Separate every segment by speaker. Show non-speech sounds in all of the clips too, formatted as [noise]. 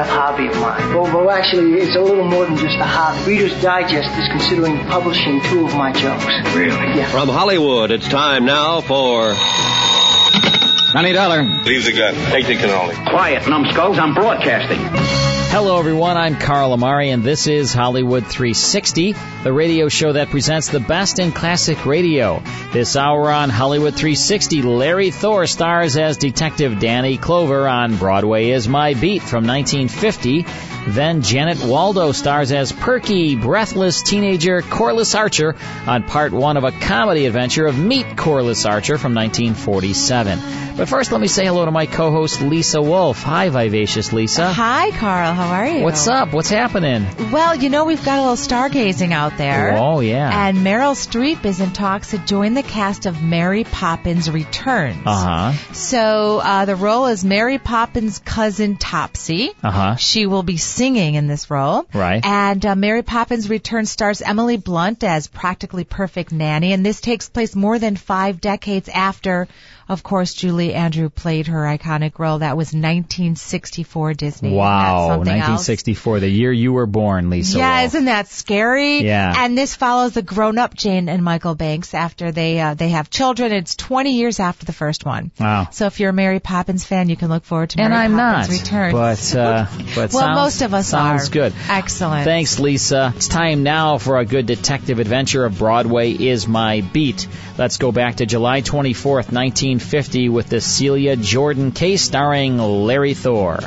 Speaker 1: of hobby of mine. Well, well, actually, it's a little more than just a hobby. Reader's Digest is considering publishing two of my jokes.
Speaker 2: Really?
Speaker 1: Yeah.
Speaker 3: From Hollywood, it's time now for. Money Dollar.
Speaker 4: Leave the gun. Take the cannoli.
Speaker 5: Quiet, numbskulls. I'm broadcasting.
Speaker 6: Hello, everyone. I'm Carl Amari, and this is Hollywood 360, the radio show that presents the best in classic radio. This hour on Hollywood 360, Larry Thor stars as Detective Danny Clover on Broadway Is My Beat from 1950. Then Janet Waldo stars as perky, breathless teenager Corliss Archer on part one of a comedy adventure of Meet Corliss Archer from 1947. But first, let me say hello to my co-host Lisa Wolf. Hi, vivacious Lisa.
Speaker 7: Hi, Carl. How are you?
Speaker 6: What's up? What's happening?
Speaker 7: Well, you know, we've got a little stargazing out there.
Speaker 6: Oh, yeah.
Speaker 7: And Meryl Streep is in talks to join the cast of Mary Poppins Returns.
Speaker 6: Uh huh.
Speaker 7: So uh, the role is Mary Poppins' cousin Topsy.
Speaker 6: Uh huh.
Speaker 7: She will be singing in this role.
Speaker 6: Right.
Speaker 7: And uh, Mary Poppins Returns stars Emily Blunt as practically perfect nanny, and this takes place more than five decades after of course, Julie Andrew played her iconic role. That was 1964 Disney.
Speaker 6: Wow, 1964, else. the year you were born, Lisa.
Speaker 7: Yeah,
Speaker 6: Wolf.
Speaker 7: isn't that scary?
Speaker 6: Yeah.
Speaker 7: And this follows the grown-up Jane and Michael Banks after they uh, they have children. It's 20 years after the first one.
Speaker 6: Wow.
Speaker 7: So if you're a Mary Poppins fan, you can look forward to
Speaker 6: and
Speaker 7: Mary
Speaker 6: I'm
Speaker 7: Poppins
Speaker 6: not,
Speaker 7: Return. [laughs]
Speaker 6: But uh, but
Speaker 7: well,
Speaker 6: sounds,
Speaker 7: most of us
Speaker 6: sounds
Speaker 7: are.
Speaker 6: good.
Speaker 7: Excellent.
Speaker 6: Thanks, Lisa. It's time now for a good detective adventure of Broadway is my beat. Let's go back to July 24th, 1950, with the Celia Jordan case starring Larry Thor.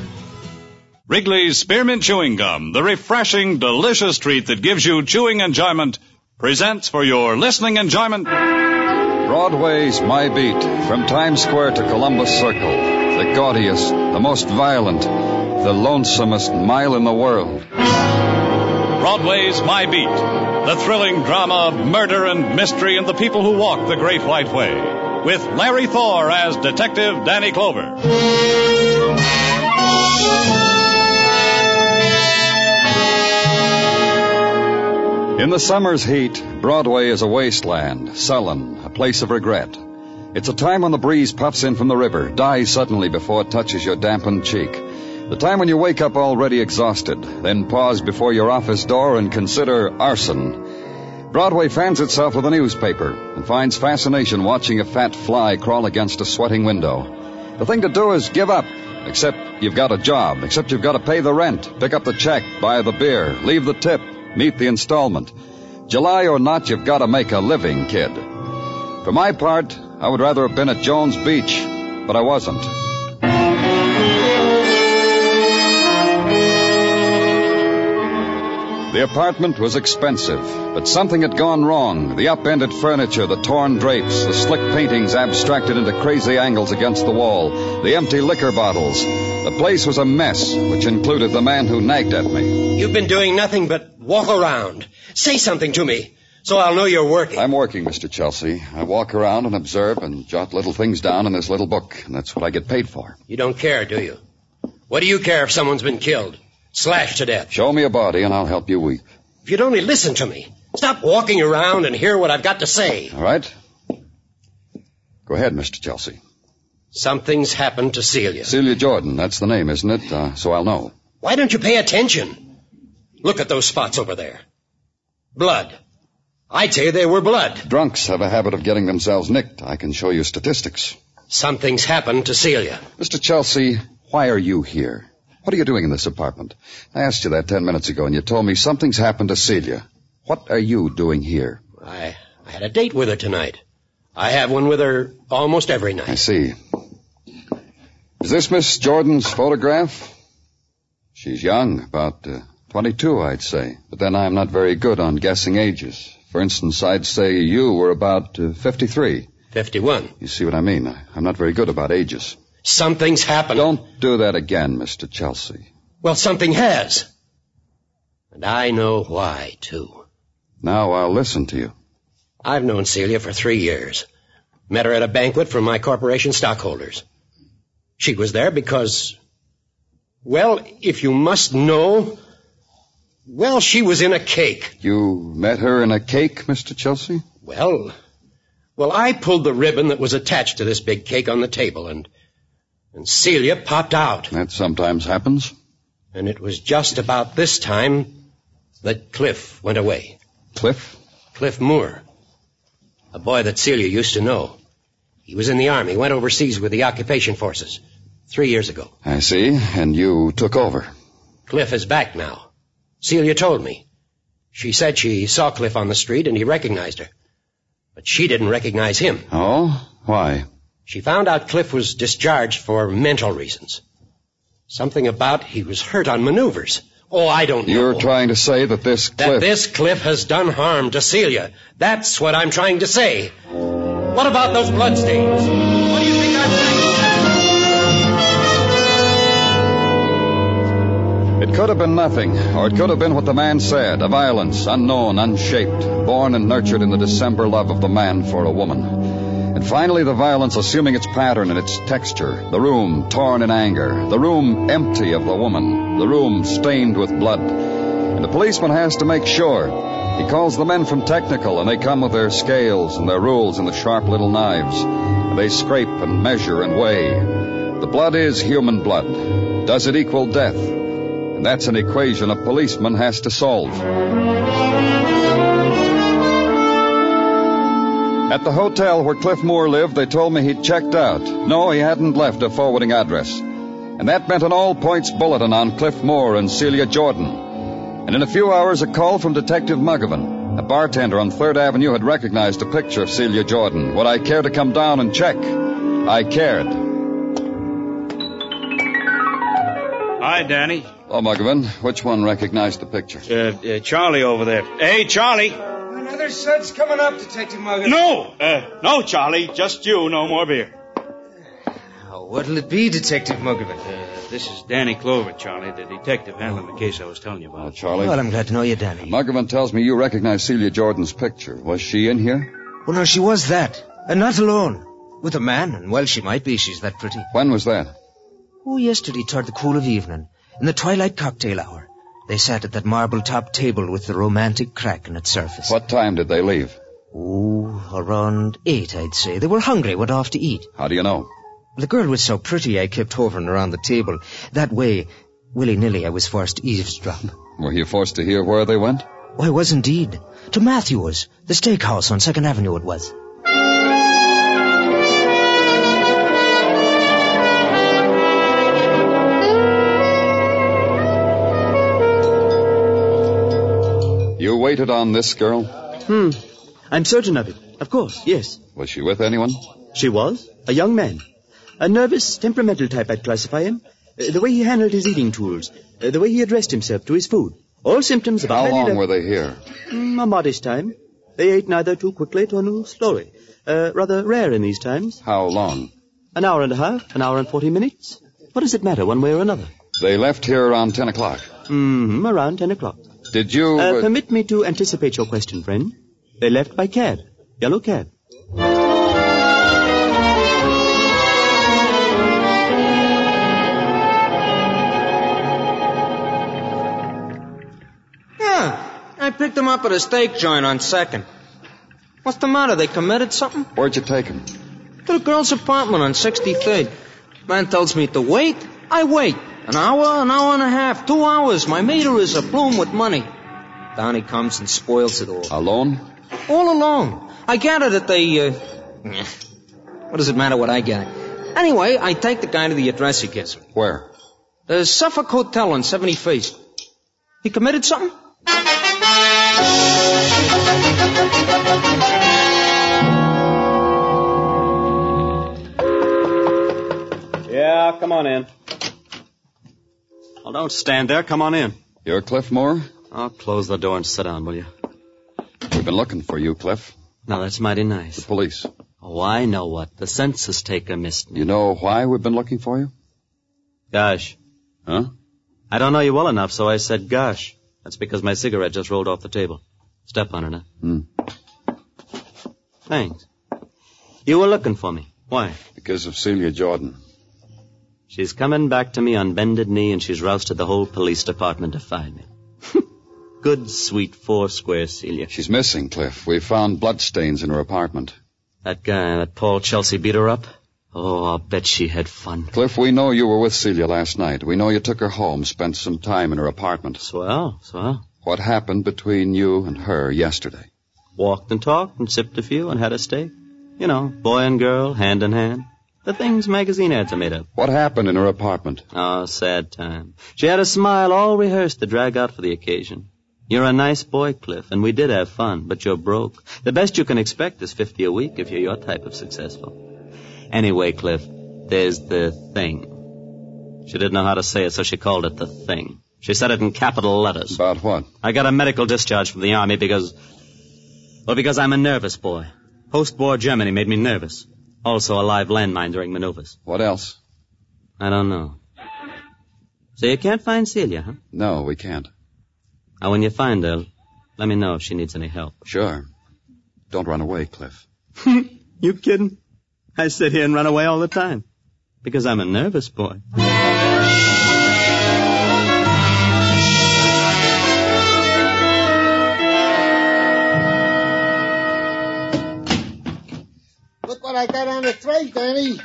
Speaker 8: Wrigley's Spearmint Chewing Gum, the refreshing, delicious treat that gives you chewing enjoyment, presents for your listening enjoyment.
Speaker 9: Broadway's My Beat, from Times Square to Columbus Circle, the gaudiest, the most violent, the lonesomest mile in the world.
Speaker 8: Broadway's My Beat, the thrilling drama of murder and mystery and the people who walk the Great White Way, with Larry Thor as Detective Danny Clover.
Speaker 9: In the summer's heat, Broadway is a wasteland, sullen, a place of regret. It's a time when the breeze puffs in from the river, dies suddenly before it touches your dampened cheek. The time when you wake up already exhausted, then pause before your office door and consider arson. Broadway fans itself with a newspaper and finds fascination watching a fat fly crawl against a sweating window. The thing to do is give up, except you've got a job, except you've got to pay the rent, pick up the check, buy the beer, leave the tip, meet the installment. July or not, you've got to make a living, kid. For my part, I would rather have been at Jones Beach, but I wasn't. The apartment was expensive, but something had gone wrong. The upended furniture, the torn drapes, the slick paintings abstracted into crazy angles against the wall, the empty liquor bottles. The place was a mess, which included the man who nagged at me.
Speaker 10: You've been doing nothing but walk around. Say something to me, so I'll know you're working.
Speaker 9: I'm working, Mr. Chelsea. I walk around and observe and jot little things down in this little book, and that's what I get paid for.
Speaker 10: You don't care, do you? What do you care if someone's been killed? Slashed to death.
Speaker 9: Show me a body, and I'll help you weep.
Speaker 10: If you'd only listen to me. Stop walking around and hear what I've got to say.
Speaker 9: All right. Go ahead, Mr. Chelsea.
Speaker 10: Something's happened to Celia.
Speaker 9: Celia Jordan, that's the name, isn't it? Uh, so I'll know.
Speaker 10: Why don't you pay attention? Look at those spots over there. Blood. I'd say they were blood.
Speaker 9: Drunks have a habit of getting themselves nicked. I can show you statistics.
Speaker 10: Something's happened to Celia.
Speaker 9: Mr. Chelsea, why are you here? What are you doing in this apartment? I asked you that ten minutes ago, and you told me something's happened to Celia. What are you doing here?
Speaker 10: I, I had a date with her tonight. I have one with her almost every night. I
Speaker 9: see. Is this Miss Jordan's photograph? She's young, about uh, 22, I'd say. But then I'm not very good on guessing ages. For instance, I'd say you were about uh, 53.
Speaker 10: 51.
Speaker 9: You see what I mean? I- I'm not very good about ages.
Speaker 10: Something's happened.
Speaker 9: Don't do that again, Mr. Chelsea.
Speaker 10: Well, something has. And I know why, too.
Speaker 9: Now I'll listen to you.
Speaker 10: I've known Celia for three years. Met her at a banquet for my corporation stockholders. She was there because, well, if you must know, well, she was in a cake.
Speaker 9: You met her in a cake, Mr. Chelsea?
Speaker 10: Well, well, I pulled the ribbon that was attached to this big cake on the table and, and Celia popped out.
Speaker 9: That sometimes happens.
Speaker 10: And it was just about this time that Cliff went away.
Speaker 9: Cliff?
Speaker 10: Cliff Moore. A boy that Celia used to know. He was in the army, went overseas with the occupation forces. Three years ago.
Speaker 9: I see. And you took over.
Speaker 10: Cliff is back now. Celia told me. She said she saw Cliff on the street and he recognized her. But she didn't recognize him.
Speaker 9: Oh? Why?
Speaker 10: She found out Cliff was discharged for mental reasons. Something about he was hurt on maneuvers. Oh, I don't know.
Speaker 9: You're trying to say that this
Speaker 10: that
Speaker 9: Cliff.
Speaker 10: this Cliff has done harm to Celia. That's what I'm trying to say. What about those bloodstains? What do you think I'm
Speaker 9: It could have been nothing, or it could have been what the man said a violence, unknown, unshaped, born and nurtured in the December love of the man for a woman. And finally, the violence assuming its pattern and its texture, the room torn in anger, the room empty of the woman, the room stained with blood. And the policeman has to make sure. He calls the men from technical, and they come with their scales and their rules and the sharp little knives. And they scrape and measure and weigh. The blood is human blood. Does it equal death? And that's an equation a policeman has to solve. At the hotel where Cliff Moore lived, they told me he'd checked out. No, he hadn't left a forwarding address. And that meant an all points bulletin on Cliff Moore and Celia Jordan. And in a few hours, a call from Detective Mugovan. A bartender on 3rd Avenue had recognized a picture of Celia Jordan. Would I care to come down and check? I cared.
Speaker 4: Hi, Danny.
Speaker 9: Oh, Mugovan, which one recognized the picture?
Speaker 4: Uh, uh, Charlie over there. Hey, Charlie.
Speaker 11: Another shot's coming up, Detective Muggins.
Speaker 4: No, uh, no, Charlie. Just you. No more beer.
Speaker 11: What'll it be, Detective Mugovan?
Speaker 4: Uh, this is Danny Clover, Charlie, the detective handling the case I was telling you about.
Speaker 9: Charlie?
Speaker 11: Well, I'm glad to know you, Danny.
Speaker 9: Mugovan tells me you recognize Celia Jordan's picture. Was she in here?
Speaker 11: Well, Oh, no, she was that. And not alone. With a man, and well, she might be. She's that pretty.
Speaker 9: When was that?
Speaker 11: Oh, yesterday, toward the cool of evening, in the twilight cocktail hour, they sat at that marble-topped table with the romantic crack in its surface.
Speaker 9: What time did they leave?
Speaker 11: Oh, around eight, I'd say. They were hungry, went off to eat.
Speaker 9: How do you know?
Speaker 11: The girl was so pretty, I kept hovering around the table. That way, willy-nilly, I was forced to eavesdrop.
Speaker 9: Were you forced to hear where they went?
Speaker 11: Why, was indeed. To Matthew's, the steakhouse on Second Avenue it was.
Speaker 9: You waited on this girl?
Speaker 12: Hmm. I'm certain of it. Of course, yes.
Speaker 9: Was she with anyone?
Speaker 12: She was. A young man. A nervous, temperamental type, I'd classify him. Uh, the way he handled his eating tools. uh, the way he addressed himself to his food. All symptoms of...
Speaker 9: How long were they here?
Speaker 12: Mm, a modest time. They ate neither too quickly nor too slowly. Uh, rather rare in these times.
Speaker 9: How long?
Speaker 12: An hour and a half, an hour and forty minutes. What does it matter, one way or another?
Speaker 9: They left here around 10 o'clock.
Speaker 12: hmm around ten o'clock.
Speaker 9: Did you.
Speaker 12: Uh,
Speaker 9: uh,
Speaker 12: permit me to anticipate your question, friend. They left by cab. Yellow cab.
Speaker 13: Yeah, I picked them up at a steak joint on second. What's the matter? They committed something?
Speaker 9: Where'd you take them?
Speaker 13: To the girl's apartment on 63rd. Man tells me to wait. I wait. An hour, an hour and a half, two hours. My meter is abloom with money. Down he comes and spoils it all.
Speaker 9: Alone?
Speaker 13: All alone. I gather that they, uh, eh, what does it matter what I gather? Anyway, I take the guy to the address he gives me.
Speaker 9: Where?
Speaker 13: The Suffolk Hotel on 71st. He committed something?
Speaker 14: Yeah, come on in. Well, don't stand there. Come on in.
Speaker 9: You're Cliff Moore?
Speaker 14: I'll close the door and sit down, will you?
Speaker 9: We've been looking for you, Cliff.
Speaker 15: Now that's mighty nice.
Speaker 9: The police.
Speaker 15: Oh, I know what. The census taker missed me.
Speaker 9: You know why we've been looking for you?
Speaker 15: Gosh.
Speaker 9: Huh?
Speaker 15: I don't know you well enough, so I said gosh. That's because my cigarette just rolled off the table. Step on it now.
Speaker 9: Hmm.
Speaker 15: Thanks. You were looking for me. Why?
Speaker 9: Because of Celia Jordan.
Speaker 15: She's coming back to me on bended knee, and she's rousted the whole police department to find me. [laughs] Good, sweet four square Celia.
Speaker 9: She's missing, Cliff. We found bloodstains in her apartment.
Speaker 15: That guy, that Paul Chelsea, beat her up. Oh, I'll bet she had fun.
Speaker 9: Cliff, we know you were with Celia last night. We know you took her home, spent some time in her apartment.
Speaker 15: Swell, swell.
Speaker 9: What happened between you and her yesterday?
Speaker 15: Walked and talked and sipped a few and had a steak. You know, boy and girl, hand in hand. The things magazine ads are made of.
Speaker 9: What happened in her apartment?
Speaker 15: Oh, sad time. She had a smile all rehearsed to drag out for the occasion. You're a nice boy, Cliff, and we did have fun, but you're broke. The best you can expect is 50 a week if you're your type of successful. Anyway, Cliff, there's the thing. She didn't know how to say it, so she called it the thing. She said it in capital letters.
Speaker 9: About what?
Speaker 15: I got a medical discharge from the army because, well, because I'm a nervous boy. Post-war Germany made me nervous. Also a live landmine during maneuvers.
Speaker 9: What else?
Speaker 15: I don't know. So you can't find Celia, huh?
Speaker 9: No, we can't.
Speaker 15: Now, when you find her, let me know if she needs any help.
Speaker 9: Sure. Don't run away, Cliff.
Speaker 15: [laughs] you kidding? I sit here and run away all the time. Because I'm a nervous boy.
Speaker 16: Look what I got on the tray, Danny.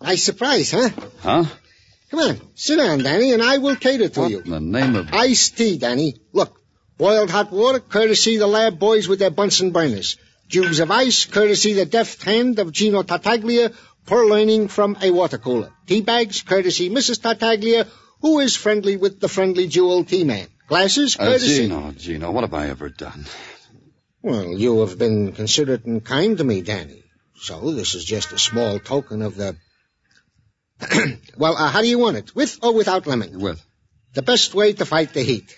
Speaker 16: Nice surprise, huh?
Speaker 9: Huh?
Speaker 16: Come on, sit down, Danny, and I will cater to
Speaker 9: what
Speaker 16: you.
Speaker 9: in the name of...
Speaker 16: Iced tea, Danny. Look, boiled hot water, courtesy the lab boys with their Bunsen burners. Cubes of ice, courtesy the deft hand of Gino Tartaglia, purloining from a water cooler. Tea bags, courtesy Mrs. Tartaglia, who is friendly with the friendly jewel tea man. Glasses,
Speaker 9: Uh,
Speaker 16: courtesy...
Speaker 9: Gino, Gino, what have I ever done?
Speaker 16: Well, you have been considerate and kind to me, Danny. So this is just a small token of the... [clears throat] well, uh, how do you want it? With or without lemon?
Speaker 9: With.
Speaker 16: The best way to fight the heat.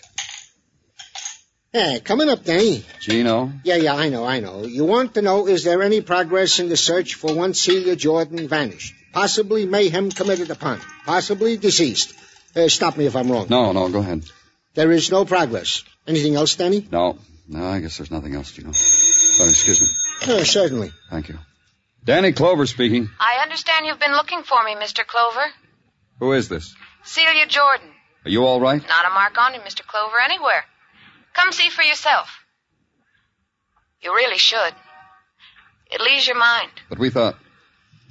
Speaker 16: Hey, coming up, Danny.
Speaker 9: Gino?
Speaker 16: Yeah, yeah, I know, I know. You want to know, is there any progress in the search for one Celia Jordan vanished? Possibly mayhem committed upon, her. possibly deceased. Uh, stop me if I'm wrong.
Speaker 9: No, no, go ahead.
Speaker 16: There is no progress. Anything else, Danny?
Speaker 9: No. No, I guess there's nothing else, Gino. Oh, excuse me.
Speaker 16: Uh, certainly.
Speaker 9: Thank you. Danny Clover speaking.
Speaker 17: I understand you've been looking for me, Mr. Clover.
Speaker 9: Who is this?
Speaker 17: Celia Jordan.
Speaker 9: Are you all right?
Speaker 17: Not a mark on you, Mr. Clover, anywhere. Come see for yourself. You really should. It leaves your mind.
Speaker 9: But we thought...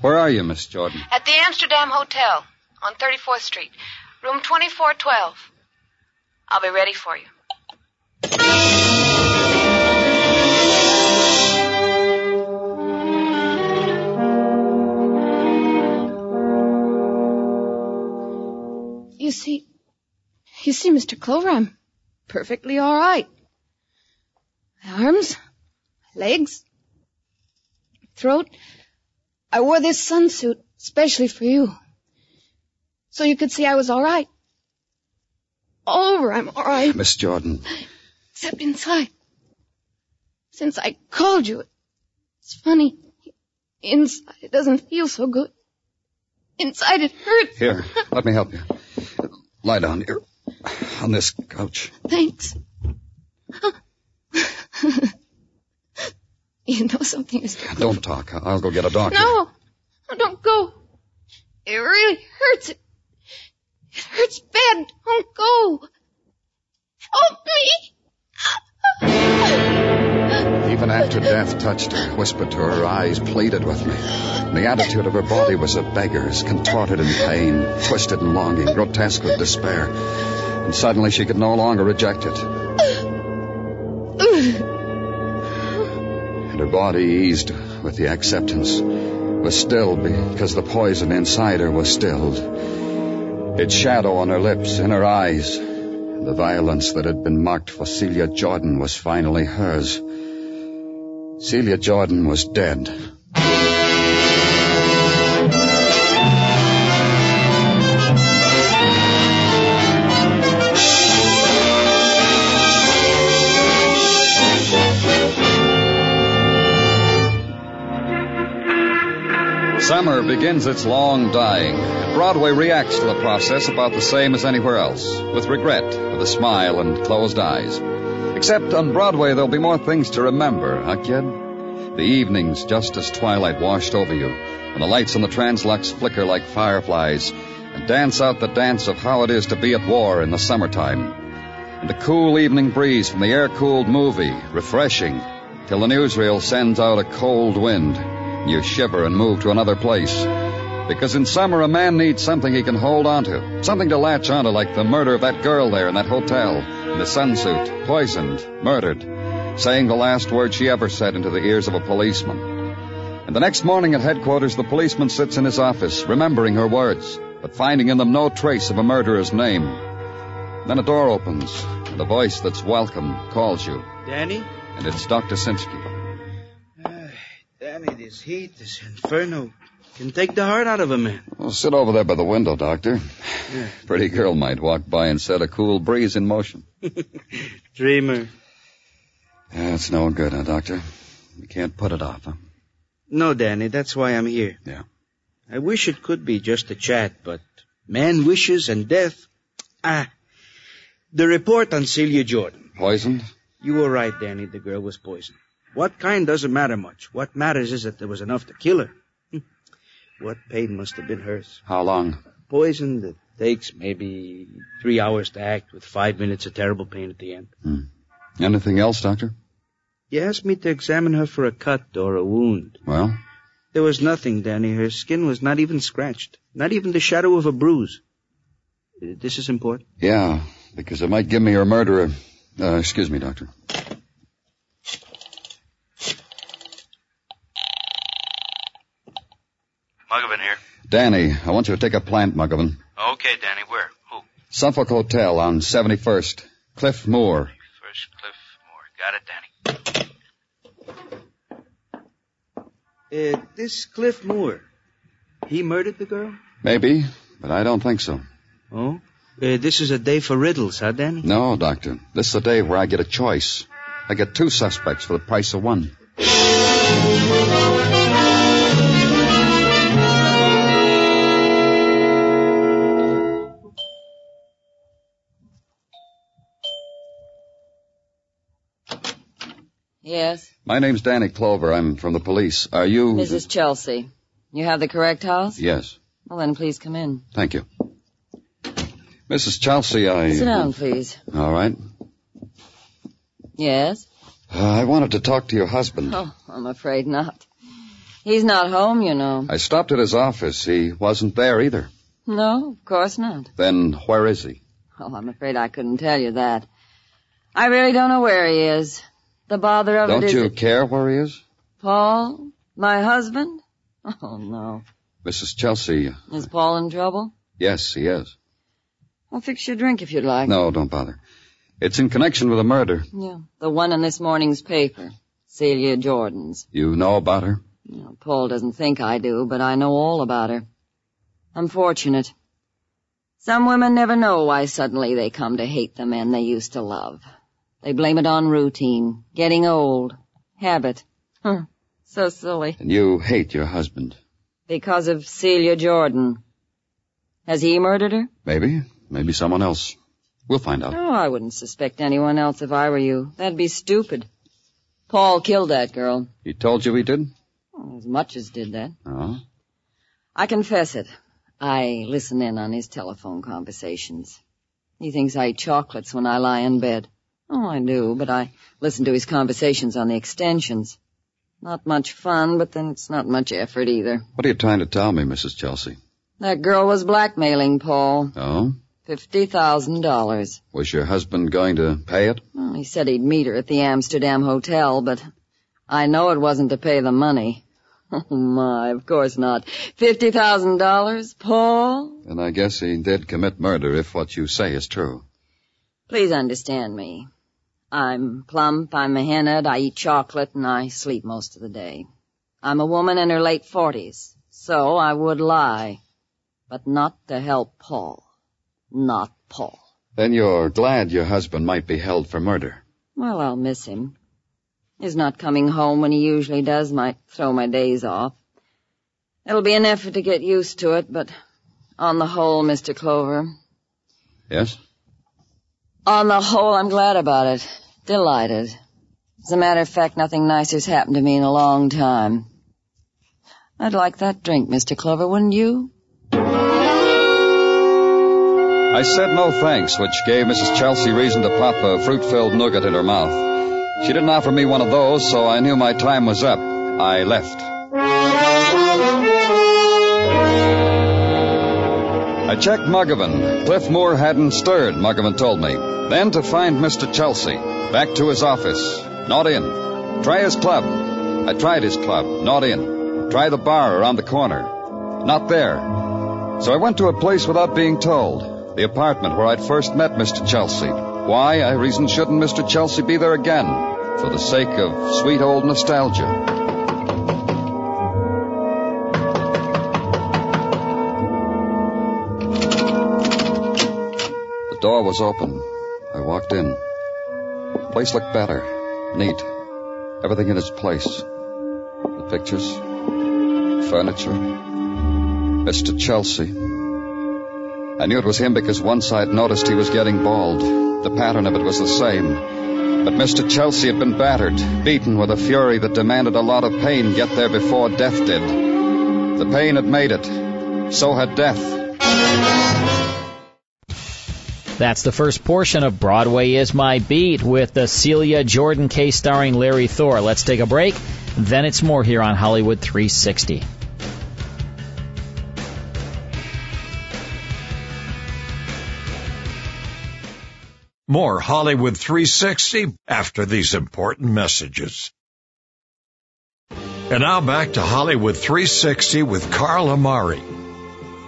Speaker 9: Where are you, Miss Jordan?
Speaker 17: At the Amsterdam Hotel on 34th Street, room 2412. I'll be ready for you.
Speaker 18: You see, you see, Mr. Clover, I'm perfectly all right. My arms, my legs, my throat. I wore this sunsuit especially for you. So you could see I was all right. All over, I'm all right,
Speaker 9: Miss Jordan.
Speaker 18: except inside. Since I called you, it's funny. Inside, it doesn't feel so good. Inside, it hurts.
Speaker 9: Here, let me help you. Lie down here on this couch.
Speaker 18: Thanks. [laughs] you know something, Mr. Clover?
Speaker 9: Don't talk. I- I'll go get a doctor.
Speaker 18: No! No, Don't go! It really hurts. It, it hurts bad. Don't go! Oh, Help me!
Speaker 9: Even after death touched her, whispered to her eyes, pleaded with me. And the attitude of her body was a beggar's, contorted in pain, twisted in longing, grotesque with despair. And suddenly she could no longer reject it. And her body eased with the acceptance, was stilled because the poison inside her was stilled. Its shadow on her lips, in her eyes. The violence that had been marked for Celia Jordan was finally hers. Celia Jordan was dead. Summer begins its long dying. Broadway reacts to the process about the same as anywhere else, with regret, with a smile and closed eyes. Except on Broadway, there'll be more things to remember, huh, kid? The evenings, just as twilight washed over you, and the lights on the translux flicker like fireflies, and dance out the dance of how it is to be at war in the summertime. And the cool evening breeze from the air cooled movie, refreshing, till the newsreel sends out a cold wind. You shiver and move to another place. Because in summer, a man needs something he can hold onto, something to latch onto, like the murder of that girl there in that hotel, in the sunsuit, poisoned, murdered, saying the last word she ever said into the ears of a policeman. And the next morning at headquarters, the policeman sits in his office, remembering her words, but finding in them no trace of a murderer's name. Then a door opens, and a voice that's welcome calls you,
Speaker 4: Danny?
Speaker 9: and it's Dr. Sinsky.
Speaker 4: Danny, this heat, this inferno, can take the heart out of a man.
Speaker 9: Well, sit over there by the window, Doctor.
Speaker 4: Yeah.
Speaker 9: Pretty girl might walk by and set a cool breeze in motion.
Speaker 4: [laughs] Dreamer.
Speaker 9: Yeah, it's no good, huh, Doctor? We can't put it off, huh?
Speaker 4: No, Danny, that's why I'm here.
Speaker 9: Yeah.
Speaker 4: I wish it could be just a chat, but man wishes and death. Ah. The report on Celia Jordan.
Speaker 9: Poisoned?
Speaker 4: You were right, Danny. The girl was poisoned. What kind doesn't matter much. What matters is that there was enough to kill her. Hmm. what pain must have been hers?
Speaker 9: How long?
Speaker 4: Poison that takes maybe three hours to act with five minutes of terrible pain at the end.
Speaker 9: Anything else, Doctor?
Speaker 4: You asked me to examine her for a cut or a wound.
Speaker 9: Well?
Speaker 4: There was nothing, Danny. Her skin was not even scratched. Not even the shadow of a bruise. Uh, This is important.
Speaker 9: Yeah, because it might give me her murderer. Uh, excuse me, Doctor.
Speaker 19: Mugavin here.
Speaker 9: Danny, I want you to take a plant, Mugovan.
Speaker 19: Okay, Danny, where? Who?
Speaker 9: Suffolk Hotel on 71st. Cliff Moore.
Speaker 19: First Cliff Moore. Got it, Danny.
Speaker 4: Uh, this Cliff Moore, he murdered the girl?
Speaker 9: Maybe, but I don't think so.
Speaker 4: Oh? Uh, this is a day for riddles, huh, Danny?
Speaker 9: No, Doctor. This is a day where I get a choice. I get two suspects for the price of one.
Speaker 20: Yes,
Speaker 9: My name's Danny Clover. I'm from the police. Are you?
Speaker 20: Mrs. Chelsea. You have the correct house?
Speaker 9: Yes.
Speaker 20: Well, then please come in.
Speaker 9: Thank you. Mrs. Chelsea, I.
Speaker 20: Sit down, please.
Speaker 9: All right.
Speaker 20: Yes?
Speaker 9: Uh, I wanted to talk to your husband.
Speaker 20: Oh, I'm afraid not. He's not home, you know.
Speaker 9: I stopped at his office. He wasn't there either.
Speaker 20: No, of course not.
Speaker 9: Then where is he?
Speaker 20: Oh, I'm afraid I couldn't tell you that. I really don't know where he is. The bother of it
Speaker 9: Don't
Speaker 20: is
Speaker 9: you
Speaker 20: that-
Speaker 9: care where he is?
Speaker 20: Paul? My husband? Oh, no.
Speaker 9: Mrs. Chelsea,
Speaker 20: Is Paul in trouble?
Speaker 9: yes, he is.
Speaker 20: I'll fix your drink if you'd like.
Speaker 9: No, don't bother. It's in connection with a murder.
Speaker 20: Yeah, the one in this morning's paper. Celia Jordan's.
Speaker 9: You know about her?
Speaker 20: Paul doesn't think I do, but I know all about her. I'm fortunate. Some women never know why suddenly they come to hate the men they used to love. They blame it on routine, getting old, habit. Huh, so silly.
Speaker 9: And you hate your husband.
Speaker 20: Because of Celia Jordan. Has he murdered her?
Speaker 9: Maybe. Maybe someone else. We'll find out.
Speaker 20: Oh, I wouldn't suspect anyone else if I were you. That'd be stupid. Paul killed that girl.
Speaker 9: He told you he did?
Speaker 20: As much as did that.
Speaker 9: Oh.
Speaker 20: I confess it. I listen in on his telephone conversations. He thinks I eat chocolates when I lie in bed. Oh, I do, but I listen to his conversations on the extensions. Not much fun, but then it's not much effort either.
Speaker 9: What are you trying to tell me, Mrs. Chelsea?
Speaker 20: That girl was blackmailing Paul.
Speaker 9: Oh?
Speaker 20: Fifty thousand dollars.
Speaker 9: Was your husband going to pay it?
Speaker 20: Well, he said he'd meet her at the Amsterdam hotel, but I know it wasn't to pay the money. [laughs] Oh my, of course not. Fifty thousand dollars, Paul?
Speaker 9: And I guess he did commit murder if what you say is true.
Speaker 20: Please understand me. I'm plump, I'm a henhead, I eat chocolate, and I sleep most of the day. I'm a woman in her late forties, so I would lie. But not to help Paul. Not Paul.
Speaker 9: Then you're glad your husband might be held for murder.
Speaker 20: Well, I'll miss him. His not coming home when he usually does might throw my days off. It'll be an effort to get used to it, but on the whole, Mr. Clover,
Speaker 9: Yes?
Speaker 20: on the whole, I'm glad about it. Delighted. As a matter of fact, nothing nicer's happened to me in a long time. I'd like that drink, Mr. Clover, wouldn't you?
Speaker 9: I said no thanks, which gave Mrs. Chelsea reason to pop a fruit filled nougat in her mouth. She didn't offer me one of those, so I knew my time was up. I left. I checked Mugovan. Cliff Moore hadn't stirred, Mugovan told me. Then to find Mr. Chelsea. Back to his office. Not in. Try his club. I tried his club. Not in. Try the bar around the corner. Not there. So I went to a place without being told. The apartment where I'd first met Mr. Chelsea. Why, I reasoned, shouldn't Mr. Chelsea be there again? For the sake of sweet old nostalgia. The door was open. I walked in. The place looked better. Neat. Everything in its place. The pictures. Furniture. Mr. Chelsea. I knew it was him because once I'd noticed he was getting bald. The pattern of it was the same. But Mr. Chelsea had been battered, beaten with a fury that demanded a lot of pain get there before death did. The pain had made it. So had death.
Speaker 6: That's the first portion of Broadway is My Beat with the Celia Jordan case starring Larry Thor. Let's take a break. Then it's more here on Hollywood 360.
Speaker 21: More Hollywood 360 after these important messages. And now back to Hollywood 360 with Carl Amari.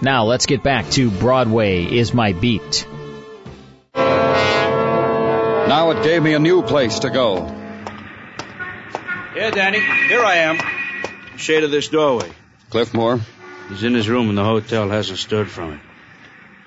Speaker 6: Now let's get back to Broadway is My Beat.
Speaker 9: Now it gave me a new place to go.
Speaker 14: Yeah, Danny, here I am. Shade of this doorway.
Speaker 9: Cliffmore?
Speaker 14: He's in his room in the hotel, hasn't stirred from it.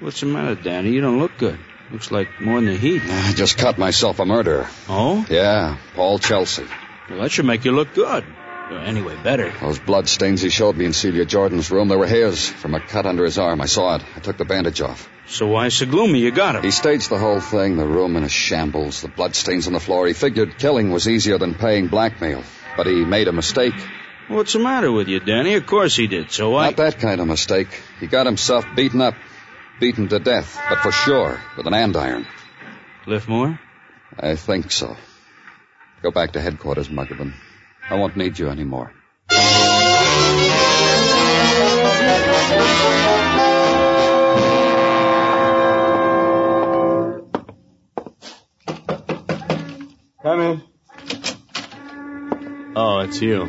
Speaker 14: What's the matter, Danny? You don't look good. Looks like more than the heat.
Speaker 9: I just cut myself a murderer.
Speaker 14: Oh?
Speaker 9: Yeah, Paul Chelsea.
Speaker 14: Well, that should make you look good. Or anyway, better.
Speaker 9: Those blood stains he showed me in Celia Jordan's room, they were his, from a cut under his arm. I saw it. I took the bandage off.
Speaker 14: So why so gloomy? You got him.
Speaker 9: He staged the whole thing, the room in a shambles, the blood stains on the floor. He figured killing was easier than paying blackmail. But he made a mistake.
Speaker 14: What's the matter with you, Danny? Of course he did. So I.
Speaker 9: Not that kind of mistake. He got himself beaten up. Beaten to death, but for sure, with an andiron.
Speaker 14: Cliffmore?
Speaker 9: I think so. Go back to headquarters, Muggerman. I won't need you anymore.
Speaker 14: Come in.
Speaker 15: Oh, it's you.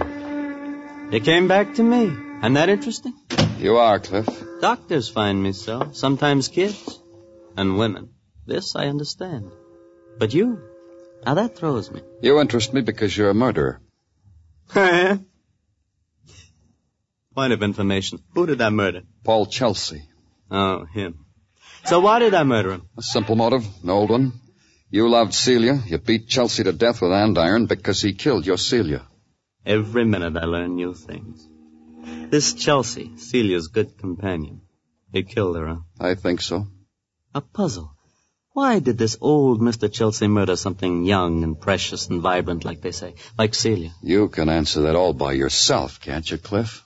Speaker 15: You came back to me. I'm that interesting?
Speaker 9: You are, Cliff.
Speaker 15: Doctors find me so. Sometimes kids. And women. This I understand. But you? Now that throws me.
Speaker 9: You interest me because you're a murderer.
Speaker 15: Point of information. Who did I murder?
Speaker 9: Paul Chelsea.
Speaker 15: Oh, him. So why did I murder him?
Speaker 9: A simple motive, an old one. You loved Celia. You beat Chelsea to death with andiron because he killed your Celia.
Speaker 15: Every minute I learn new things. This Chelsea, Celia's good companion. He killed her, huh?
Speaker 9: I think so.
Speaker 15: A puzzle. Why did this old Mr. Chelsea murder something young and precious and vibrant, like they say, like Celia?
Speaker 9: You can answer that all by yourself, can't you,
Speaker 15: [laughs]
Speaker 9: Cliff?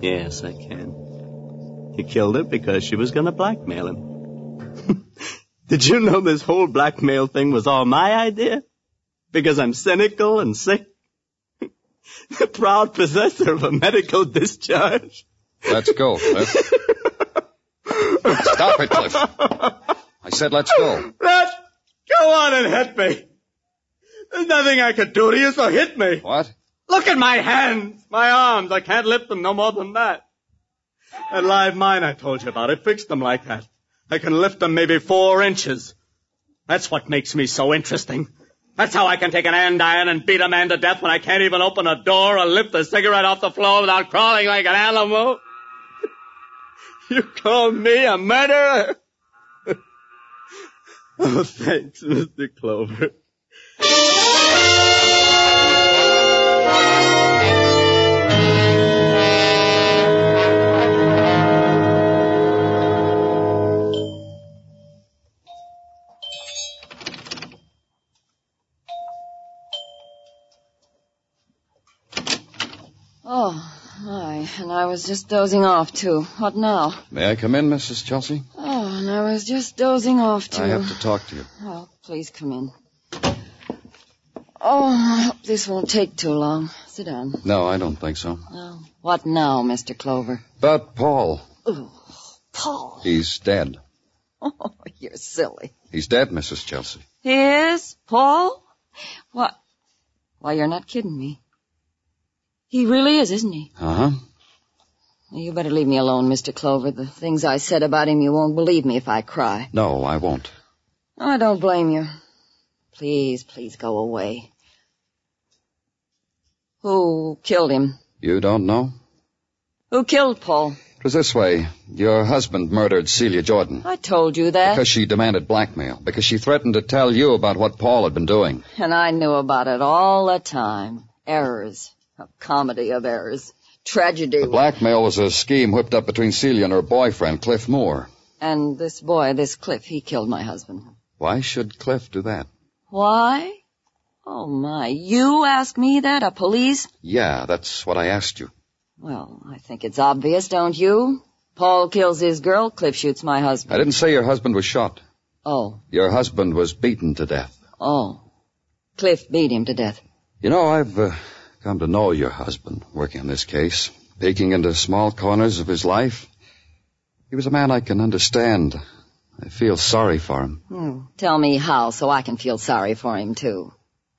Speaker 15: Yes, I can. He killed her because she was going to blackmail him. [laughs] Did you know this whole blackmail thing was all my idea? Because I'm cynical and sick. [laughs] the proud possessor of a medical discharge.
Speaker 9: Let's
Speaker 15: [laughs]
Speaker 9: go, Cliff. Stop it, Cliff. I said let's go.
Speaker 14: Rat, go on and hit me. There's nothing I could do to you, so hit me.
Speaker 9: What?
Speaker 14: Look at my hands, my arms. I can't lift them no more than that. That live mine I told you about, it fixed them like that. I can lift them maybe four inches. That's what makes me so interesting. That's how I can take an andiron and beat a man to death when I can't even open a door or lift a cigarette off the floor without crawling like an animal. [laughs] You call me a murderer? oh, thanks, Mr. Clover.
Speaker 20: Oh, aye, and I was just dozing off, too. What now?
Speaker 9: May I come in, Mrs. Chelsea?
Speaker 20: Oh, and I was just dozing off, too.
Speaker 9: I have to talk to you.
Speaker 20: Oh, please come in. Oh, I hope this won't take too long. Sit down.
Speaker 9: No, I don't think so.
Speaker 20: Oh, what now, Mr. Clover?
Speaker 9: About Paul.
Speaker 20: Oh, Paul.
Speaker 9: He's dead.
Speaker 20: [laughs] Oh, you're silly.
Speaker 9: He's dead, Mrs. Chelsea.
Speaker 20: He is? Paul? What? Why, you're not kidding me. He really is, isn't he?
Speaker 9: Uh huh.
Speaker 20: You better leave me alone, Mr. Clover. The things I said about him, you won't believe me if I cry.
Speaker 9: No, I won't.
Speaker 20: I don't blame you. Please, please go away. Who killed him?
Speaker 9: You don't know?
Speaker 20: Who killed Paul?
Speaker 9: It was this way. Your husband murdered Celia Jordan.
Speaker 20: I told you that.
Speaker 9: Because she demanded blackmail. Because she threatened to tell you about what Paul had been doing.
Speaker 20: And I knew about it all the time. Errors. A comedy of errors. Tragedy.
Speaker 9: The blackmail was a scheme whipped up between Celia and her boyfriend, Cliff Moore.
Speaker 20: And this boy, this Cliff, he killed my husband.
Speaker 9: Why should Cliff do that?
Speaker 20: Why? Oh my, you ask me that, a police?
Speaker 9: Yeah, that's what I asked you.
Speaker 20: Well, I think it's obvious, don't you? Paul kills his girl, Cliff shoots my husband.
Speaker 9: I didn't say your husband was shot.
Speaker 20: Oh,
Speaker 9: Your husband was beaten to death.
Speaker 20: oh. Cliff beat him to death.
Speaker 9: You know, I've uh, come to know your husband working on this case, peeking into small corners of his life. He was a man I can understand. I feel sorry for him.
Speaker 20: Hmm. Tell me how, so I can feel sorry for him, too.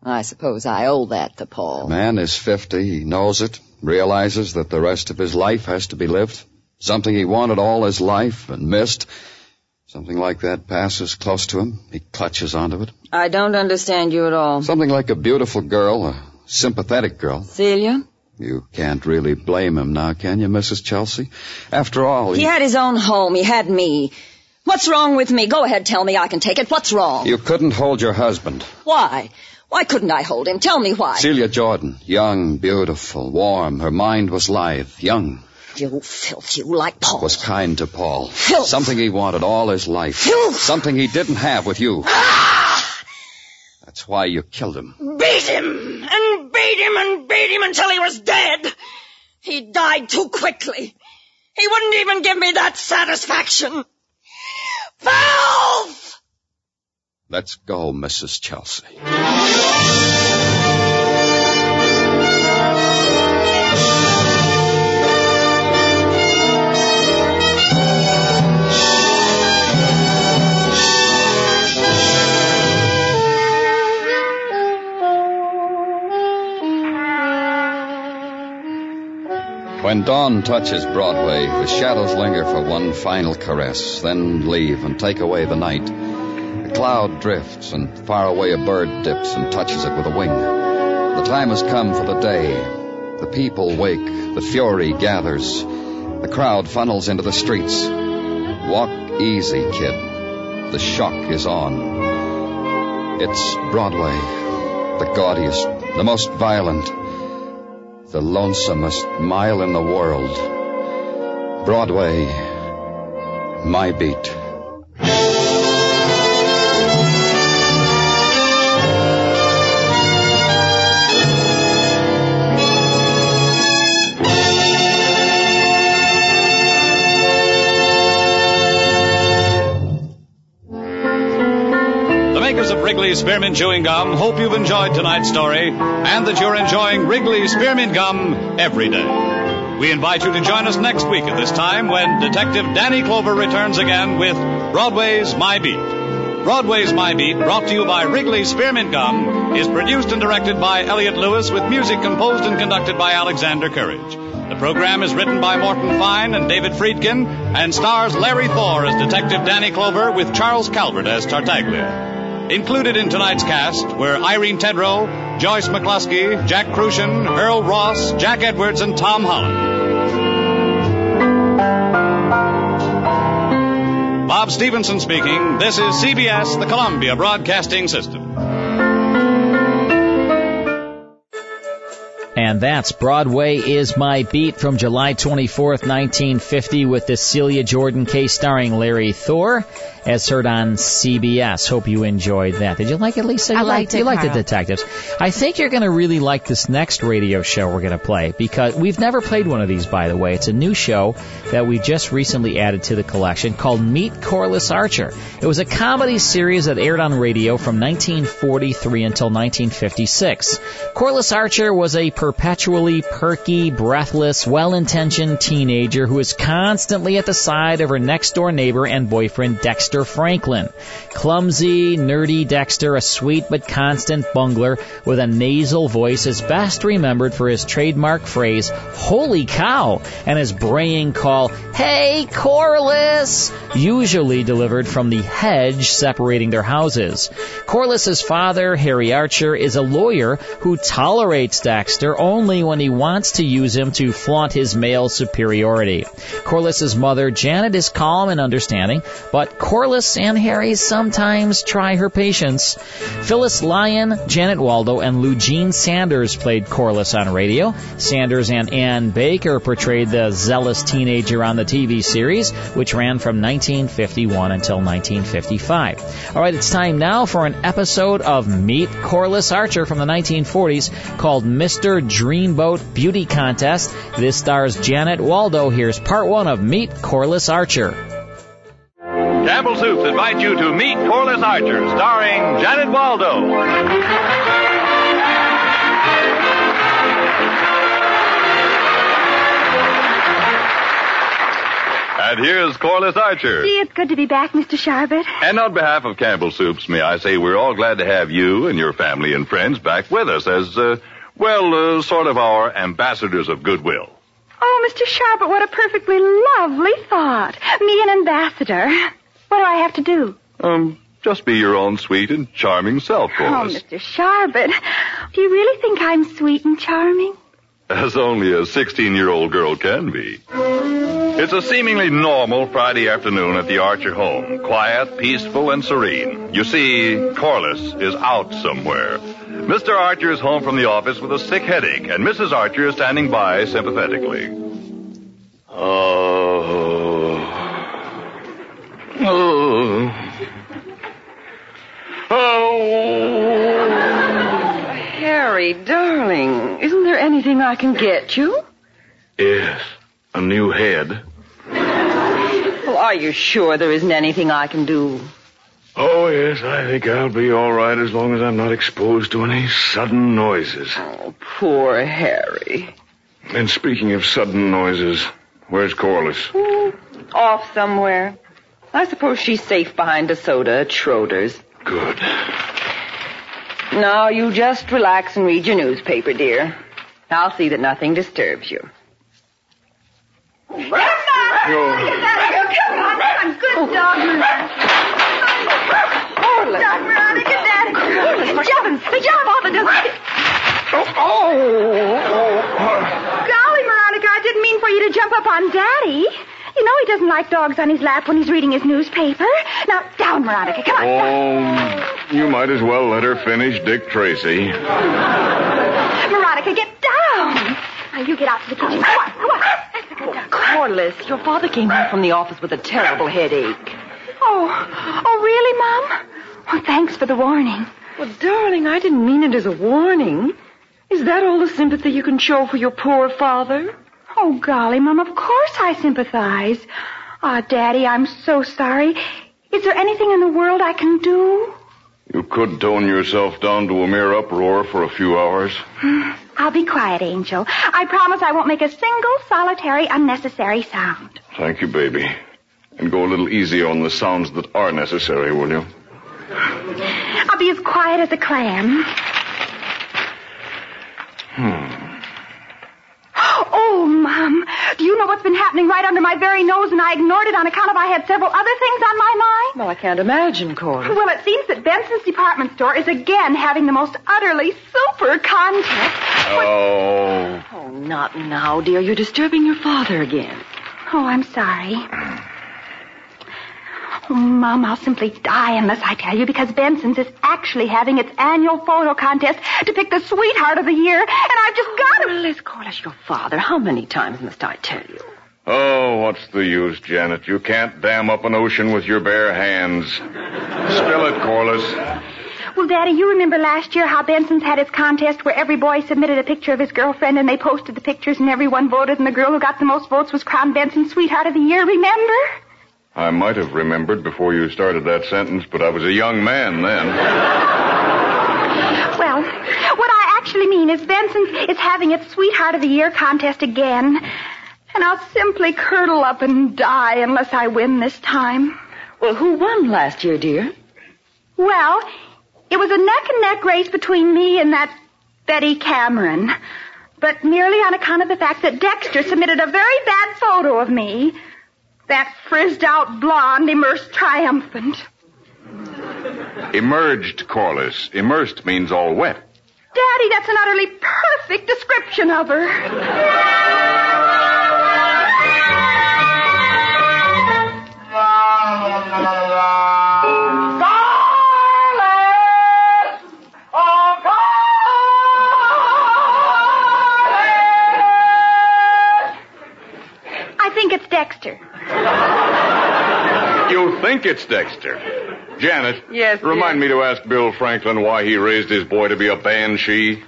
Speaker 20: I suppose I owe that to
Speaker 9: The
Speaker 20: Paul.
Speaker 9: man is 50. He knows it, realizes that the rest of his life has to be lived. Something he wanted all his life and missed. Something like that passes close to him. He clutches onto it.
Speaker 20: I don't understand you at all.
Speaker 9: Something like a beautiful girl, a sympathetic girl.
Speaker 20: Celia?
Speaker 9: You can't really blame him now, can you, Mrs. Chelsea? After all,
Speaker 20: Oh, He
Speaker 9: he,
Speaker 20: had his own home. He had me. What's wrong with me? Go ahead, tell me. I can take it. What's wrong?
Speaker 9: you couldn't hold your husband.
Speaker 20: Why? Why couldn't I hold him? Tell me why.
Speaker 9: Celia Jordan, young, beautiful, warm. Her mind was lithe, young.
Speaker 20: You filth, you like Paul.
Speaker 9: Was kind to Paul. Something he wanted all his life. Something he didn't have with you. That's why you killed him.
Speaker 2: Beat him and beat him and beat him until he was dead. He died too quickly. He wouldn't even give me that satisfaction. Valve!
Speaker 9: Let's go, Mrs. Chelsea. When dawn touches Broadway, the shadows linger for one final caress, then leave and take away the night. A cloud drifts, and far away a bird dips and touches it with a wing. The time has come for the day. The people wake, the fury gathers, the crowd funnels into the streets. Walk easy, kid. The shock is on. It's Broadway, the gaudiest, the most violent, the lonesomest mile in the world. Broadway, my beat.
Speaker 8: The makers of Wrigley's Spearmint Chewing Gum hope you've enjoyed tonight's story and that you're enjoying Wrigley's Spearmint Gum every day. We invite you to join us next week at this time when Detective Danny Clover returns again with Broadway's My Beat. Broadway's My Beat, brought to you by Wrigley's Spearmint Gum, is produced and directed by Elliot Lewis with music composed and conducted by Alexander Courage. The program is written by Morton Fine and David Friedkin and stars Larry Thor as Detective Danny Clover with Charles Calvert as Tartaglia. Included in tonight's cast were Irene Tedrow, Joyce McCluskey, Jack Crucian, Earl Ross, Jack Edwards, and Tom Holland. Bob Stevenson speaking. This is CBS, the Columbia Broadcasting System.
Speaker 6: And that's Broadway is My Beat from July 24th, 1950 with the Celia Jordan case starring Larry Thor. as heard on CBS. Hope you enjoyed that. Did you like it, Lisa? You
Speaker 7: I liked it,
Speaker 6: You like the
Speaker 7: Carl.
Speaker 6: detectives. I think you're going to really like this next radio show we're going to play because we've never played one of these, by the way. It's a new show that we just recently added to the collection called Meet Corliss Archer. It was a comedy series that aired on radio from 1943 until 1956. Corliss Archer was a perpetually perky, breathless, well-intentioned teenager who is constantly at the side of her next-door neighbor and boyfriend Dexter Franklin. Clumsy, nerdy Dexter, a sweet but constant bungler with a nasal voice, is best remembered for his trademark phrase, holy cow, and his braying call, hey Corliss, usually delivered from the hedge separating their houses. Corliss's father, Harry Archer, is a lawyer who tolerates Dexter only when he wants to use him to flaunt his male superiority. Corliss's mother, Janet, is calm and understanding, but Corliss and Harry sometimes try her patience. Phyllis Lyon, Janet Waldo, and Lou Jean Sanders played Corliss on radio. Sanders and Ann Baker portrayed the zealous teenager on the TV series, which ran from 1951 until 1955. All right, it's time now for an episode of Meet Corliss Archer from the 1940s called Mr. Dreamboat Beauty Contest. This stars Janet Waldo. Here's part one of Meet Corliss Archer.
Speaker 8: Campbell Soups invite you to meet Corliss Archer, starring Janet Waldo.
Speaker 22: And here's Corliss Archer.
Speaker 1: Gee, it's good to be back, Mr. Sharbert.
Speaker 22: And on behalf of Campbell Soups, may I say we're all glad to have you and your family and friends back with us as, uh, well, uh, sort of our ambassadors of goodwill.
Speaker 1: Oh, Mr. Sharbert, what a perfectly lovely thought. Me an ambassador. What do I have to do?
Speaker 22: Um, just be your own sweet and charming self,
Speaker 1: Oh,
Speaker 22: Corliss.
Speaker 1: Mr. Sharbert, do you really think I'm sweet and charming?
Speaker 22: As only a 16-year-old girl can be. It's a seemingly normal Friday afternoon at the Archer home. Quiet, peaceful, and serene. You see, Corliss is out somewhere. Mr. Archer is home from the office with a sick headache, and Mrs. Archer is standing by sympathetically. Oh. Oh.
Speaker 23: Harry, darling, isn't there anything I can get you?
Speaker 22: Yes, a new head.
Speaker 23: Well, are you sure there isn't anything I can do?
Speaker 22: Oh, yes, I think I'll be all right as long as I'm not exposed to any sudden noises. Oh,
Speaker 23: poor Harry.
Speaker 22: And speaking of sudden noises, where's Corliss?
Speaker 23: Off somewhere? I suppose she's safe behind a soda at Schroeder's.
Speaker 22: Good.
Speaker 23: Now, you just relax and read your newspaper, dear. I'll see that nothing disturbs you.
Speaker 1: I'm good dog, Corliss. Dog, Veronica, Daddy. Corliss, for heaven's sake. Jump off the desk. Oh, Golly, Veronica, I didn't mean for you to jump up on Daddy. You know he doesn't like dogs on his lap when he's reading his newspaper. Now, down, Veronica. Come on.
Speaker 22: Oh, you might as well let her finish Dick Tracy.
Speaker 1: Veronica, get down. Now, you get out to the kitchen. Come on, come on.
Speaker 23: Corliss, your father came home from the office with a terrible headache.
Speaker 1: Oh, oh, really, Mom? Oh, thanks for the warning.
Speaker 23: Well, darling, I didn't mean it as a warning. Is that all the sympathy you can show for your poor father?
Speaker 1: Oh, golly, Mom, of course I sympathize. Ah, Daddy, I'm so sorry. Is there anything in the world I can do?
Speaker 22: You could tone yourself down to a mere uproar for a few hours.
Speaker 1: [sighs] I'll be quiet, Angel. I promise I won't make a single solitary unnecessary sound.
Speaker 22: Thank you, baby. And go a little easy on the sounds that are necessary, will you?
Speaker 1: I'll be as quiet as a clam. [gasps]
Speaker 22: Hmm.
Speaker 1: Oh, Mom, do you know what's been happening right under my very nose and I ignored it on account of I had several other things on my mind?
Speaker 23: Well, I can't imagine, Corliss.
Speaker 1: Well, it seems that Benson's department store is again having the most utterly super contest.
Speaker 22: Oh.
Speaker 23: Oh, not now, dear. You're disturbing your father again.
Speaker 1: Oh, I'm sorry. Oh, Mom, I'll simply die unless I tell you because Benson's is actually having its annual photo contest to pick the sweetheart of the year, and I've just got to.
Speaker 23: Corliss, Corliss, your father. How many times must I tell you?
Speaker 22: Oh, what's the use, Janet? You can't dam up an ocean with your bare hands. Spill it, Corliss.
Speaker 1: Well, Daddy, you remember last year how Benson's had his contest where every boy submitted a picture of his girlfriend and they posted the pictures and everyone voted and the girl who got the most votes was crowned Benson's Sweetheart of the Year, remember?
Speaker 22: I might have remembered before you started that sentence, but I was a young man then.
Speaker 1: Well, what I actually mean is Benson's is having its Sweetheart of the Year contest again. And I'll simply curdle up and die unless I win this time. Well, who won last year, dear? Well, it was a neck and neck race between me and that Betty Cameron. But merely on account of the fact that Dexter submitted a very bad photo of me. That frizzed out blonde immersed triumphant.
Speaker 22: Emerged, Corliss. Immersed means all wet.
Speaker 1: Daddy, that's an utterly perfect description of her. I think it's Dexter.
Speaker 22: You think it's Dexter. Janet.
Speaker 23: Yes, dear.
Speaker 22: Remind me to ask Bill Franklin why he raised his boy to be a banshee.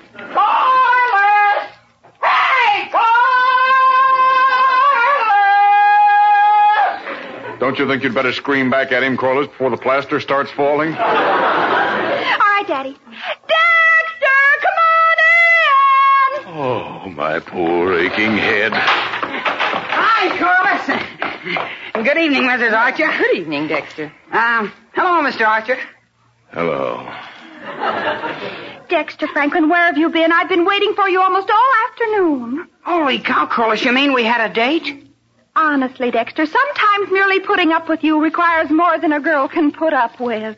Speaker 22: Don't you think you'd better scream back at him, Corliss, before the plaster starts falling?
Speaker 1: All right, Daddy.
Speaker 22: Oh, my poor aching head.
Speaker 5: Hi, Corliss. Good evening, Mrs. Archer. Good evening, Dexter. Um, hello, Mr. Archer.
Speaker 22: Hello.
Speaker 1: Dexter Franklin, where have you been? I've been waiting for you almost all afternoon.
Speaker 5: Holy cow, Corliss, you mean we had a date?
Speaker 1: Honestly, Dexter, sometimes merely putting up with you requires more than a girl can put up with.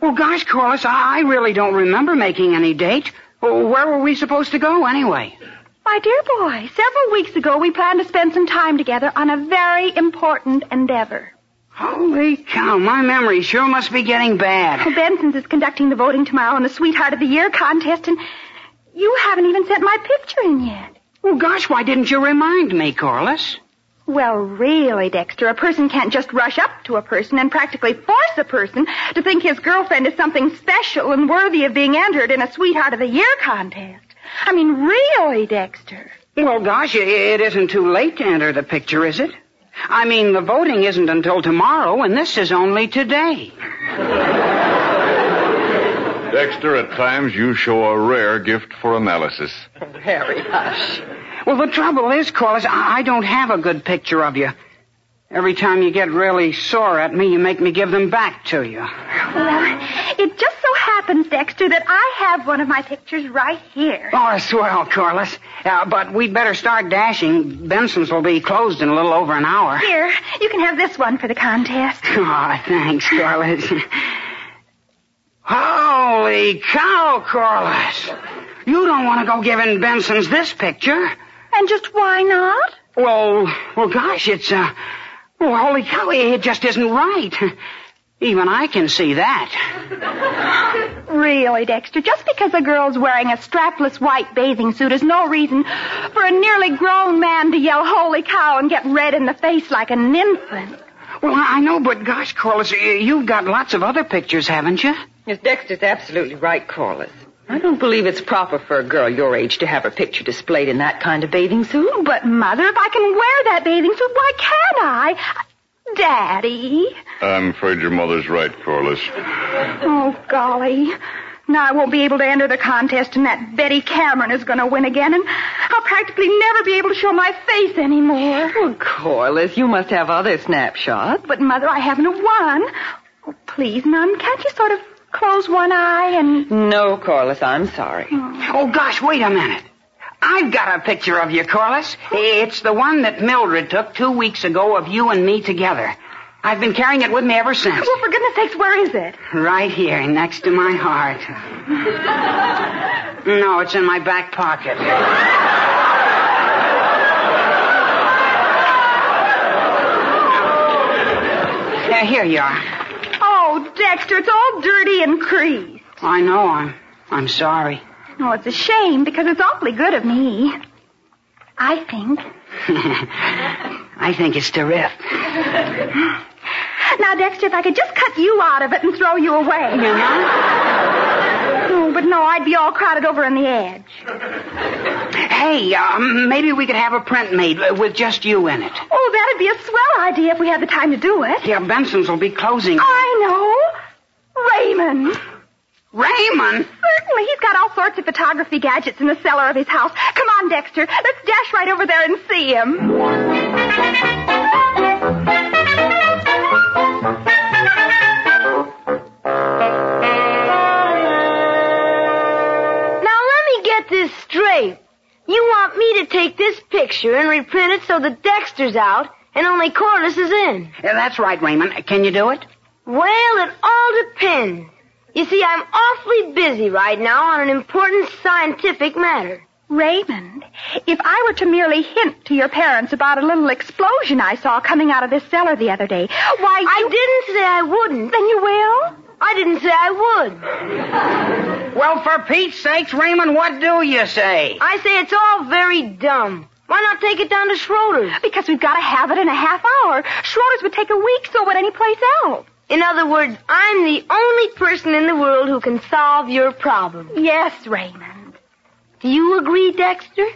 Speaker 5: Well, gosh, Corliss, I, I really don't remember making any date. Well, Where were we supposed to go anyway?
Speaker 1: My dear boy, several weeks ago we planned to spend some time together on a very important endeavor.
Speaker 5: Holy cow, my memory sure must be getting bad.
Speaker 1: Well, Oh, Benson's is conducting the voting tomorrow on the Sweetheart of the Year contest, and you haven't even sent my picture in yet.
Speaker 5: Well, Oh, gosh, why didn't you remind me, Corliss?
Speaker 1: Well, really, Dexter, a person can't just rush up to a person and practically force a person to think his girlfriend is something special and worthy of being entered in a Sweetheart of the Year contest. I mean, really, Dexter.
Speaker 5: Well, gosh, i- it isn't too late to enter the picture, is it? I mean, the voting isn't until tomorrow, and this is only today.
Speaker 22: Dexter, at times you show a rare gift for analysis.
Speaker 5: Harry, hush. Well, the trouble is, Corliss, I I don't have a good picture of you. Every time you get really sore at me, you make me give them back to you.
Speaker 1: Well, it just so happens, Dexter, that I have one of my pictures right here.
Speaker 5: Oh, swell, Corliss. Uh, but we'd better start dashing. Benson's will be closed in a little over an hour.
Speaker 1: Here, you can have this one for the contest.
Speaker 5: Oh, thanks, Corliss. Holy cow, Corliss. You don't want to go giving Benson's this picture.
Speaker 1: And just why not?
Speaker 5: Well, well, gosh, it's, uh, well, holy cow, it just isn't right. Even I can see that.
Speaker 1: Really, Dexter, just because a girl's wearing a strapless white bathing suit is no reason for a nearly grown man to yell holy cow and get red in the face like an infant.
Speaker 5: Well, I know, but gosh, Corliss, y- you've got lots of other pictures, haven't you?
Speaker 23: Yes, Dexter's absolutely right, Corliss. I don't believe it's proper for a girl your age to have her picture displayed in that kind of bathing suit.
Speaker 1: But, Mother, if I can wear that bathing suit, why can't I? Daddy.
Speaker 22: I'm afraid your mother's right, Corliss.
Speaker 1: Oh, golly. Now I won't be able to enter the contest, and that Betty Cameron is going to win again, and I'll practically never be able to show my face anymore.
Speaker 23: Well, Corliss, you must have other snapshots.
Speaker 1: But, Mother, I haven't a one. Oh, please, Mum, can't you sort of close one eye and...
Speaker 23: No, Corliss, I'm sorry.
Speaker 5: Oh, gosh, wait a minute. I've got a picture of you, Corliss. It's the one that Mildred took two weeks ago of you and me together. I've been carrying it with me ever since.
Speaker 1: Well, for goodness sakes, where is it?
Speaker 5: Right here, next to my heart. No, it's in my back pocket. Yeah, here you are.
Speaker 1: Oh, Dexter, it's all dirty and creased.
Speaker 5: I know, I'm, I'm sorry. [laughs]
Speaker 1: Oh, it's a shame because it's awfully good of me. I think.
Speaker 5: I think it's the riff.
Speaker 1: [sighs] Now, Dexter, if I could just cut you out of it and throw you away. [laughs] Oh, but no, I'd be all crowded over on the uh, edge.
Speaker 5: Hey, um, maybe we could have a print made uh, with just you in it.
Speaker 1: Oh, that'd be a swell idea if we had the time to do it.
Speaker 5: Yeah, Benson's will be closing.
Speaker 1: I know. Raymond.
Speaker 5: Raymond?
Speaker 1: Certainly. He's got all sorts of photography gadgets in the cellar of his house. Come on, Dexter. Let's dash right over there and see him.
Speaker 11: Now let me get this straight. You want me to take this picture and reprint it so that Dexter's out and only Corliss is in.
Speaker 5: Yeah, that's right, Raymond. Can you do it?
Speaker 11: Well, it all depends. You see, I'm awfully busy right now on an important scientific matter.
Speaker 1: Raymond, if I were to merely hint to your parents about a little explosion I saw coming out of this cellar the other day, why you...
Speaker 11: I didn't say I wouldn't.
Speaker 1: Then you will?
Speaker 11: I didn't say I would.
Speaker 5: Well, for Pete's sakes, Raymond, what do you say?
Speaker 11: I say it's all very dumb. Why not take it down to Schroeder's?
Speaker 1: Because we've got to have it in a half hour. Schroeder's would take a week, so would any place else.
Speaker 11: In other words, I'm the only person in the world who can solve your problem.
Speaker 1: Yes, Raymond.
Speaker 11: Do you agree, Dexter?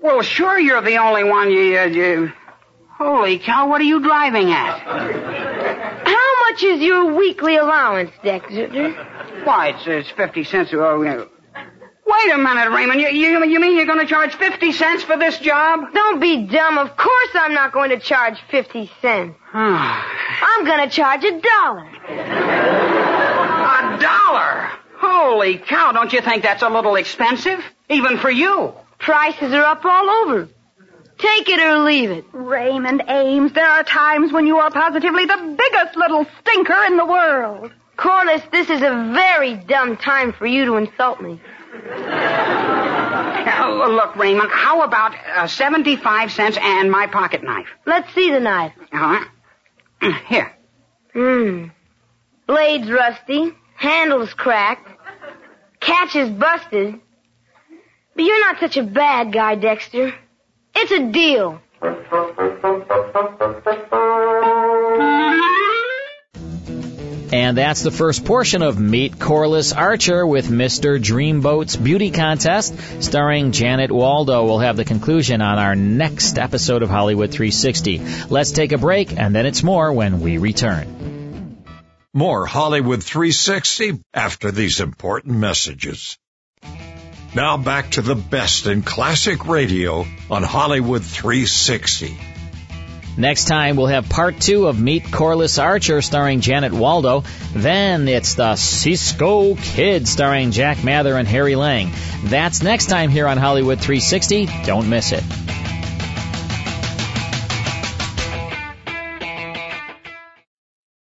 Speaker 5: Well, sure, you're the only one you, uh, you... Holy cow, what are you driving at?
Speaker 11: How much is your weekly allowance, Dexter?
Speaker 5: Why, it's, it's 50 cents. uh, uh, Wait a minute, Raymond. You, you, you mean you're going to charge 50 cents for this job?
Speaker 11: Don't be dumb. Of course I'm not going to charge 50
Speaker 5: [sighs]
Speaker 11: cents. I'm going to charge a dollar.
Speaker 5: A dollar? Holy cow, don't you think that's a little expensive? Even for you.
Speaker 11: Prices are up all over. Take it or leave it.
Speaker 1: Raymond Ames, there are times when you are positively the biggest little stinker in the world.
Speaker 11: Corliss, this is a very dumb time for you to insult
Speaker 5: [laughs]
Speaker 11: me.
Speaker 5: Uh, look, Raymond, how about uh, 75 cents and my pocket knife?
Speaker 11: Let's see the knife.
Speaker 5: Huh? [clears throat] Here.
Speaker 11: Hmm. Blade's rusty, handle's cracked, catch is busted. But you're not such a bad guy, Dexter. It's a deal.
Speaker 6: And that's the first portion of Meet Corliss Archer with Mr. Dreamboat's Beauty Contest, starring Janet Waldo. We'll have the conclusion on our next episode of Hollywood 360. Let's take a break, and then it's more when we return.
Speaker 21: More Hollywood 360 after these important messages. Now back to the best in classic radio on Hollywood 360.
Speaker 6: Next time, we'll have part two of Meet Corliss Archer starring Janet Waldo. Then it's the Cisco Kid starring Jack Mather and Harry Lang. That's next time here on Hollywood 360. Don't miss it.